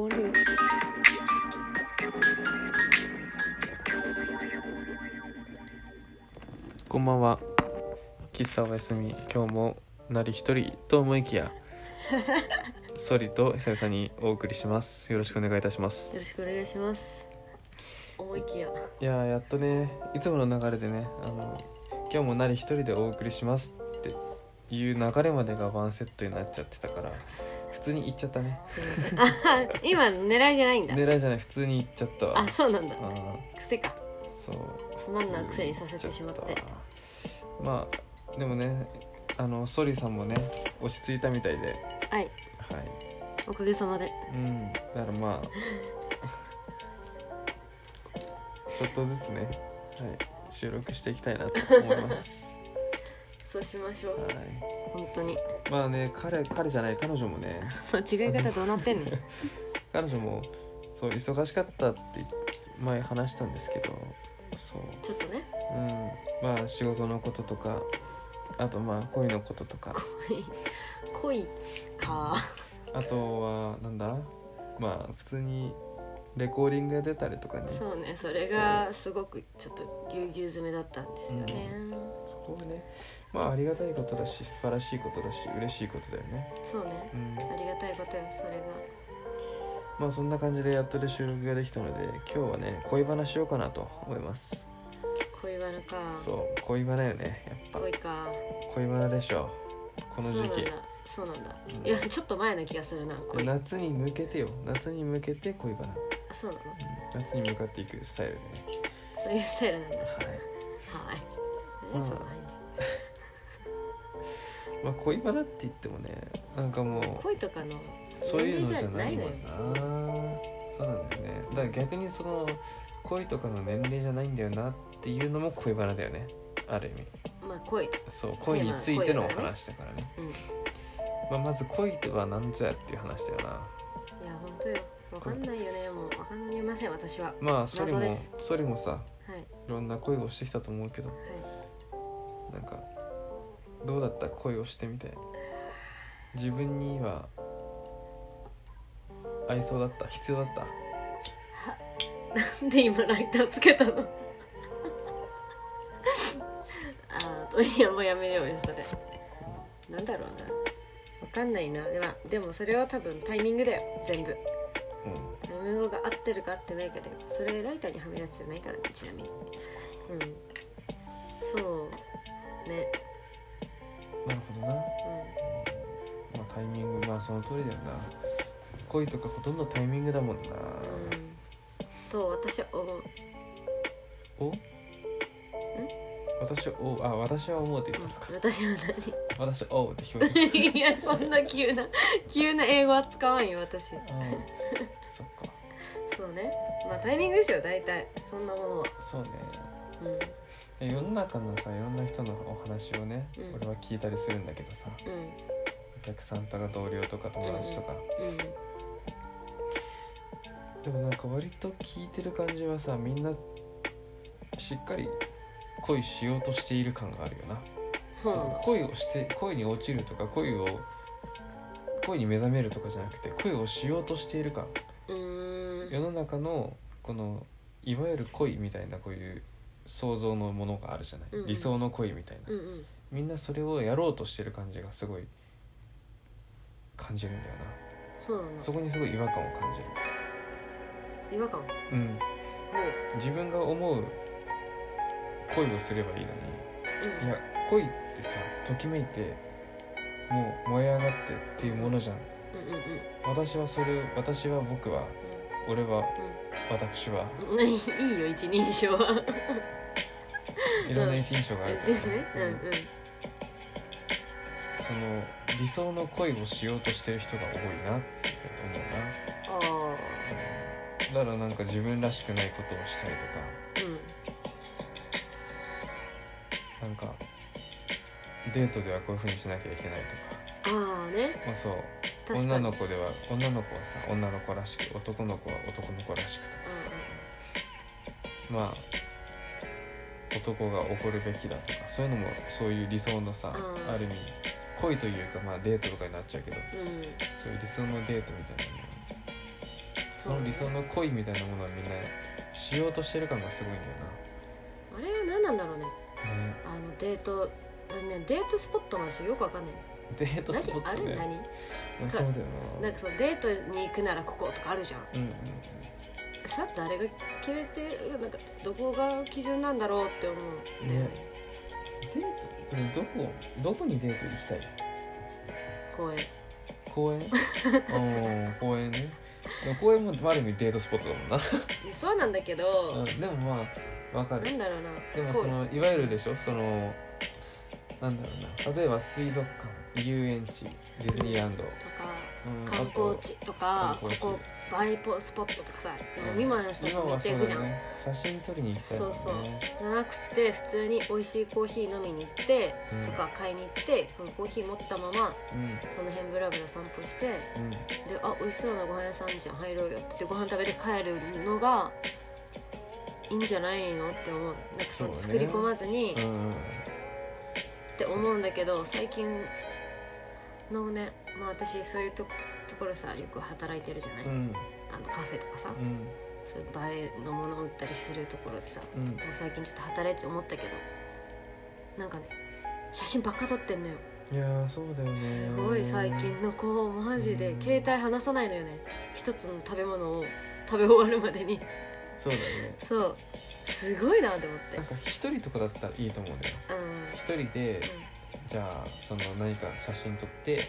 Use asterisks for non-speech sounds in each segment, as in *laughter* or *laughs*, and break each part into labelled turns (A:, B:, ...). A: Olé.
B: 「こんばんは喫茶おやすみ今日もなり一人と思い
A: *laughs*
B: きやソリと久々にお送りしますよろしくお願いいたします
A: よろしくお願いします。思いきや。
B: いやーやっとねいつもの流れでねあの今日もなり一人でお送りしますっていう流れまでがワンセットになっちゃってたから普通に言っちゃったね
A: すみません。あ、今の狙いじゃないんだ。
B: 狙いじゃない普通に言っちゃったわ
A: あ、そうなんだ。
B: うん
A: 癖か。
B: そう
A: つまんない癖にさせてしまって
B: まあでもねあのソリさんもね落ち着いたみたいで
A: はい。
B: はい
A: おかげさまで。
B: うんだからまあちょっとずつね、はい、収録していきたいなと思い *laughs* ます、
A: そうしましょう。
B: は
A: 本当に。
B: い、まあね彼彼じゃない彼女もね
A: 間違い方どうなってんの。
B: 彼女もそう忙しかったって前話したんですけどそう
A: ちょっとね。
B: うんまあ仕事のこととかあとまあ恋のこととか
A: 恋。 *laughs* 恋か。
B: あとはなんだまあ普通にレコーディングが出たりとかねそ
A: そうね。それがすごくちょっとぎゅうぎゅう詰めだったんですよね。
B: こはねまあありがたいことだし素晴らしいことだし嬉しいことだよね
A: そうね。
B: うん
A: ありがたいことよ。それが。
B: まあそんな感じでやっとで収録ができたので今日はね恋話しようかなと思います
A: 恋バナか。
B: そう恋バナよねやっぱ
A: 恋か。
B: 恋バナでしょこの時期
A: そうなんだそうなん
B: うん
A: だいやちょっと前な気がするなこれ
B: 夏に向けてよ夏に向けて恋バナ、うん
A: あそうなの
B: 夏に向かっていくスタイルでね
A: そういうスタイルなんだは
B: はい
A: い
B: うん
A: 何その配置
B: まあ恋バナって言ってもねなんかもう
A: 恋とかの
B: そういうのじゃな
A: 年齢
B: いもんなそうなんだよねだから逆にその恋とかの年齢じゃないんだよなっていうのも恋バナだよねある意味
A: まあ恋
B: そう恋についてのお話だからね
A: うんい
B: まあ、まず恋とは何ぞやっていう話だよな
A: や本当よわかんないよねもうわかりません私はは
B: まあそれ
A: 謎で
B: も
A: す
B: それもさ
A: いはい
B: いろんな恋をしてきたと思うけどなんかどうだった恋をしてみて自分には合いそうだった必要だった
A: なんで今ライターつけたの *laughs* ああいやもうやめようよそれなんだろうなわかんないなでもでもそれは多分タイミングだよ全部
B: うん
A: タイミングが合ってるか合ってないかでそれライターにはみ出すじゃないからねちなみにうんそうね
B: なるほどな
A: う
B: まあ、タイミングまあその通りだよな恋とかほとんどタイミングだもんな、
A: ん、うん、と私は思う
B: お私はおあ私は思うって言ったのか、
A: 私は
B: 私はおうって聞こえ
A: 何いやそんな急な急な英語は使わんよ私
B: たうんそっか
A: そうねまあタイミングでしょ大体そんなものは
B: そうね
A: うんうん
B: 世の中のさいろんな人のお話をね、
A: うん
B: 俺は聞いたりするんだけどさお客さんとか同僚とか友達とか、
A: うん
B: でもなんか割と聞いてる感じはさみんなしっかり恋しようとしている感があるよな
A: そうなんだ
B: 恋をして恋に落ちるとか恋を恋に目覚めるとかじゃなくて恋をしようとしているか
A: うーん
B: 世の中のこのいわゆる恋みたいなこういう想像のものがあるじゃない、
A: うんうん
B: 理想の恋みたいな、
A: うんうん
B: みんなそれをやろうとしてる感じがすごい感じるんだよ
A: そうなん
B: な
A: だ
B: そこにすごい違和感を感じ
A: 違
B: る
A: 和感も
B: うん
A: う
B: 自分が思う恋をすればいいのに
A: うん
B: いや恋ってさときめいてもう燃え上がってっていうものじゃん
A: うんうんうん
B: 私はそれを私は僕は俺は私は
A: うんうんいいよ一人称は
B: いろんな一印象がある
A: *laughs*
B: か
A: ですねう
B: ら、
A: ん
B: うん
A: うん
B: その理想の恋をしようとしてる人が多いなって
A: ああ
B: 思うなだからなんか自分らしくないことをしたり
A: う
B: とかなんかデートではこういうふうにしなきゃいけないと
A: ん、ああね
B: かまあそう
A: 確か
B: 女
A: に
B: の子では女の子はさ女の子らしく男の子は男の子らしくとかまあ男が怒るべきだとかそういうのもそういう理想のさ
A: うん
B: ある意味恋というかまあデートとかになっちゃうけど
A: うんうんうん
B: そういう理想のデートみたいなのその理想の恋みたいなものはみんなしようとしてる感がすごいんだよ
A: あれは何なんだろうね
B: な、ね、
A: あのデートあのねデートスポットの話よくわかんないね
B: デートスポ
A: 何あ
B: ット
A: れ
B: ね
A: 何
B: うんそうだよ
A: な
B: な
A: んかそのデートに行くならこことかあるじゃん
B: うんうんうん
A: さってあれが決めてなんかどこが基準なんだろうって思うんだよね
B: ねデートうんどこどこにデート行きたい
A: 公園
B: 公
A: *laughs*
B: 園うん公園ねでも公園もある意味デートスポットだもんな、
A: そうなんだけ
B: う
A: ど
B: ん、でもまあわか
A: な
B: る
A: んだろう
B: で
A: な
B: も
A: こ
B: そうのいわゆるでしょそのなんだろうな例えば水族館遊園地ディズニーランド、
A: とか
B: うん、あと
A: 観光地とか
B: 観
A: こ
B: 光
A: こ
B: 地
A: 映えポスポットとかさ
B: うん
A: 今の人たちめっちゃ行くじゃん、
B: 今はそうだね、写真撮りに行きたいもんね
A: そうじゃなくて普通に美味しいコーヒー飲みに行って、
B: うん
A: とか買いに行ってこのコーヒー持ったまま
B: うん
A: その辺ブラブラ散歩して
B: うん
A: であ美味しそうなご飯屋さんじゃん入ろうよって言ってご飯食べて帰るのがいいんじゃないのって思うなんかその
B: そう
A: 作
B: ね
A: り込まずに、
B: う
A: っ
B: んうん
A: て思うんだけど最近のねまあ私そういうとこところさよく働いてるじゃない、
B: うん
A: あのカフェとかさ、
B: うん
A: そういう映えのものを売ったりするところでさ、
B: うん
A: もう最近ちょっと働いてて思ったけどなんかね写真ばっか撮ってんのよ
B: いやーそうだよね
A: すごい最近の子マジで
B: うん
A: 携帯離さないのよね一つの食べ物を食べ終わるまでに *laughs*
B: そうだよね
A: そうすごいなと思って
B: なんか一人とかだったらいいと思うんだよ一人でじゃあその何か写真撮って
A: う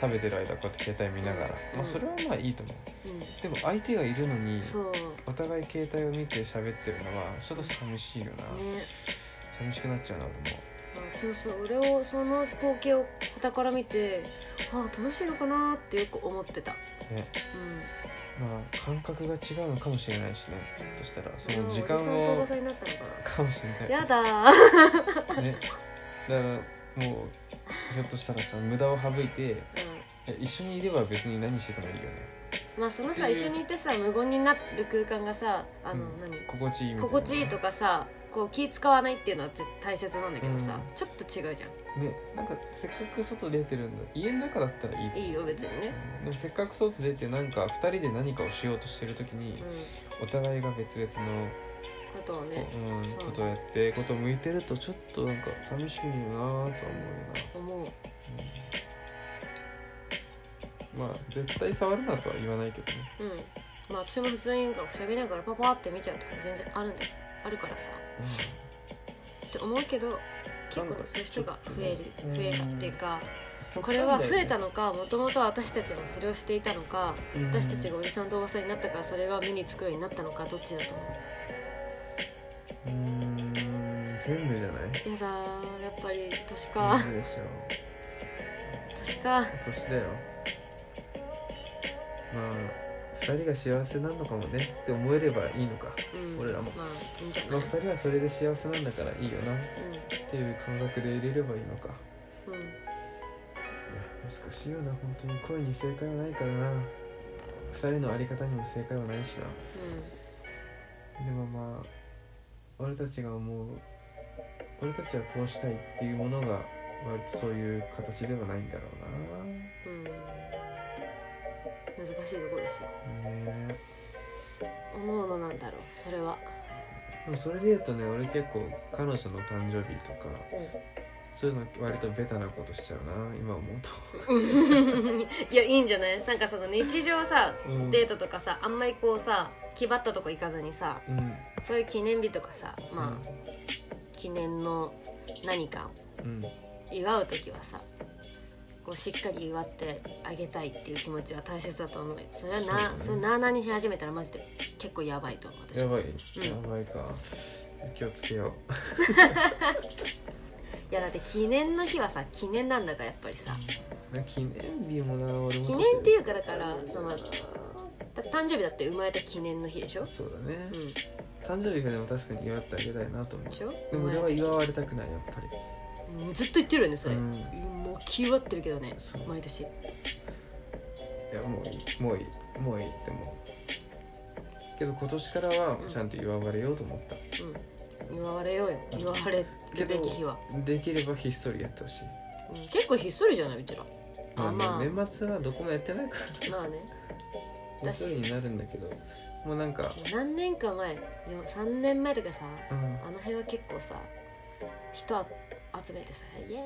B: 食べてる間こうやって携帯見ながら、
A: うん
B: まあそれはまあいいと思うん
A: うんうん
B: でも相手がいるのに
A: そう
B: お互い携帯を見て喋ってるのはちょっと寂しいよな、
A: ね
B: 寂しくなっちゃうな俺も
A: まあそうそう俺をその光景を傍から見てああ楽しいのかなってよく思ってた
B: ね
A: うん
B: まあ感覚が違うのかもしれないしねそしたらその時間
A: 俺はおじさんとおば
B: を
A: さんになったのかな
B: かもしれない
A: やだー *laughs*
B: ね、だからもうひょっとしたらさ無駄を省いてえ一緒にいれば別に何しててもいいよね
A: うんまあそのさ
B: っていう
A: 一緒にいてさ無言になる空間がさあの、
B: うん
A: 何
B: 心地いいみたいな
A: 心地いいとかさこう気使わないっていうのは絶大切なんだけどさ、
B: うん
A: ちょっと違うじゃん
B: ねなんかせっかく外出てるんだ家の中だったらいい
A: いいよ別にね、
B: でもせっかく外出てなんか2人で何かをしようとしてる時
A: う
B: に
A: ん、
B: お互いが別々の
A: ことをね
B: こ,、うん
A: そう
B: ことをやってことを向いてるとちょっとなんか寂しいよなとは思うよ
A: 思う
B: な、まあ絶対触るなとは言わないけどね
A: うんまあ私も普通になんか喋りながらパパって見ちゃうとか全然あるんだよあるからさって思うけど結構そういう人が増える
B: うん
A: 増えたっていうか
B: うん
A: これは増えたのかもともと私たちもそれをしていたのか
B: うん
A: 私たちがおじさんとおばさんになったからそれが目につくようになったのかどっちだと思
B: うーん全部じゃないう
A: やだーやっぱり年か
B: 全部でしょ
A: 年か
B: 年だよまあ2人が幸せなのかもねって思えればいいのか、
A: うん
B: 俺らも
A: まあいいんじゃ
B: ま
A: な
B: あ、
A: い
B: 2人はそれで幸せなんだからいいよなっていう感覚で入れればいいのか
A: うんうん
B: いや難しいよな本当に恋に正解はないからな2人の在り方にも正解はないしなでもまあ俺たちが思う俺たちはこうしたいっていうものが割とそういう形ではないんだろう
A: う
B: な
A: ん、うん、難しいとこですよ
B: ね
A: 思うのなんだろうそれは
B: でもそれで言うとね俺結構彼女の誕生日とか
A: う
B: そういうの割とベタなことしちゃうな今思うと、
A: んいやいいんじゃないなんかその日常さ
B: うん
A: デートとかさあんまりこうさ気張ったとこ行かずにさ
B: うん
A: そういう記念日とかさまあ記念の何か
B: う
A: を
B: ん
A: 祝う時はさこうしっかり祝ってあげたいっていう気持ちは大切だと思うよそれはな
B: そうだね
A: それなあなあにし始めたらマジで結構やばいと思う私
B: や
A: は
B: ばい、やばいか気をつけよ
A: いやだって記念の日はさ記念なんだからやっぱりさ
B: うな記念日もな俺も
A: 記念っていううかだからそのだ誕生日だって生まれた記念の日でしょ
B: そうだね
A: うん、で
B: 誕生日がでも確かに祝ってあげたいなと思
A: しょ
B: うでも俺は祝われたくないやっぱり
A: うんずっと言ってるよねそれ、
B: うん
A: もう気張ってるけどね
B: そう
A: 毎年
B: いやもういいもういいもういいってもうけど今年からはちゃんと祝われようと思った、
A: うん祝われようよ祝われるべき日は、
B: できればひっそりやってほしい
A: うん、結構ひっそりじゃないうちら
B: まあ、
A: まあ
B: 年末はどこもやってないから
A: まあね
B: 一人になるんだけどもうなんか
A: 何年か前よ3年前とかさ
B: うん
A: あの辺は結構さ人集めてさイエ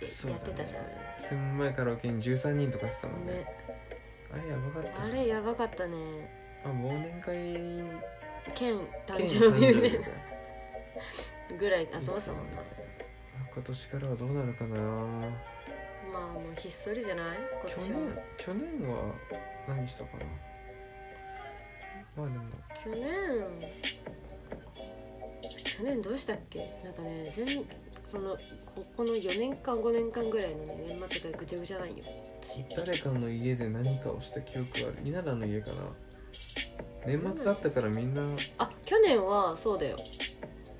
A: ーイってやってたじゃん
B: そうだねその前カラオケに13人とかやってたもんね
A: ね
B: あれやばかった
A: あ
B: よ
A: れやばかったね
B: あ忘年会
A: 県誕生日
B: 兼誕
A: ね
B: とか
A: *laughs* ぐらい集まってたもんな
B: 今年からはどうなるかな
A: まあもうひっそりじゃない今
B: 去
A: 年は
B: 年去年は何したかなまあでも
A: 去年去年どうしたっけなんかね全そのここの4年間5年間ぐらいのね年末がぐちゃぐちゃなんよ私
B: 誰かの家で何かをした記憶がある稲田の家かな年末だったからみんな
A: あ去年はそうだよ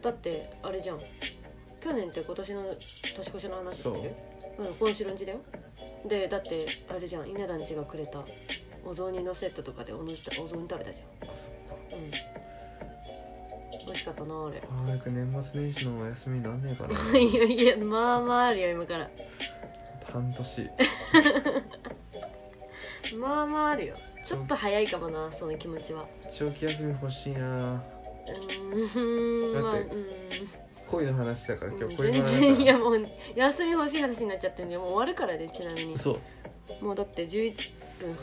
A: だってあれじゃん去年って今年の年越しの話してるうん今週のうちだよでだってあれじゃん稲田んちがくれたお雑煮のセットとかでおのじたお雑煮食べたじ
B: あそっか
A: ゃんうん美味しかったなあれ
B: あ早く年末年始のお休みなんねえかな
A: いやいやまあまああるよ今から
B: 半年
A: まあまああるよちょっと早いかもなその気持ちは
B: 長期休み欲しいな
A: うーんまあ
B: だ
A: う
B: って
A: ーん
B: 恋の話だから今日恋
A: 全
B: の話
A: 然い
B: だか
A: やもう休み欲しい話になっちゃってるんでもう終わるからねちなみに
B: らそう
A: もうだって11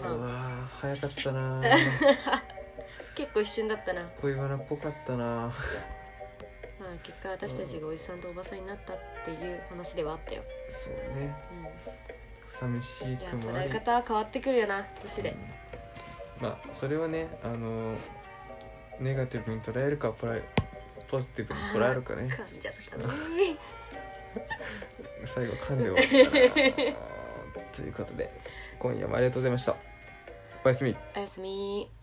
A: 分
B: う
A: 半
B: わー早かったな
A: *laughs* 結構一瞬だったな、ま
B: 恋バナっぽかったな
A: あ、結果私たちがおじさんとおばさんになったっていう話ではあったよ、
B: そうね
A: うん、い
B: 寂し
A: や
B: くもあ
A: 捉え
B: り
A: 方は変わってくるよな年で
B: うんまあそれはねあのネガティブに捉えるかポラポジティブに捉えるかね
A: 噛んじゃったね
B: 最後噛んで終わった
A: *laughs*
B: なということで今夜もありがとうございましたおやすみ
A: *laughs* おやすみ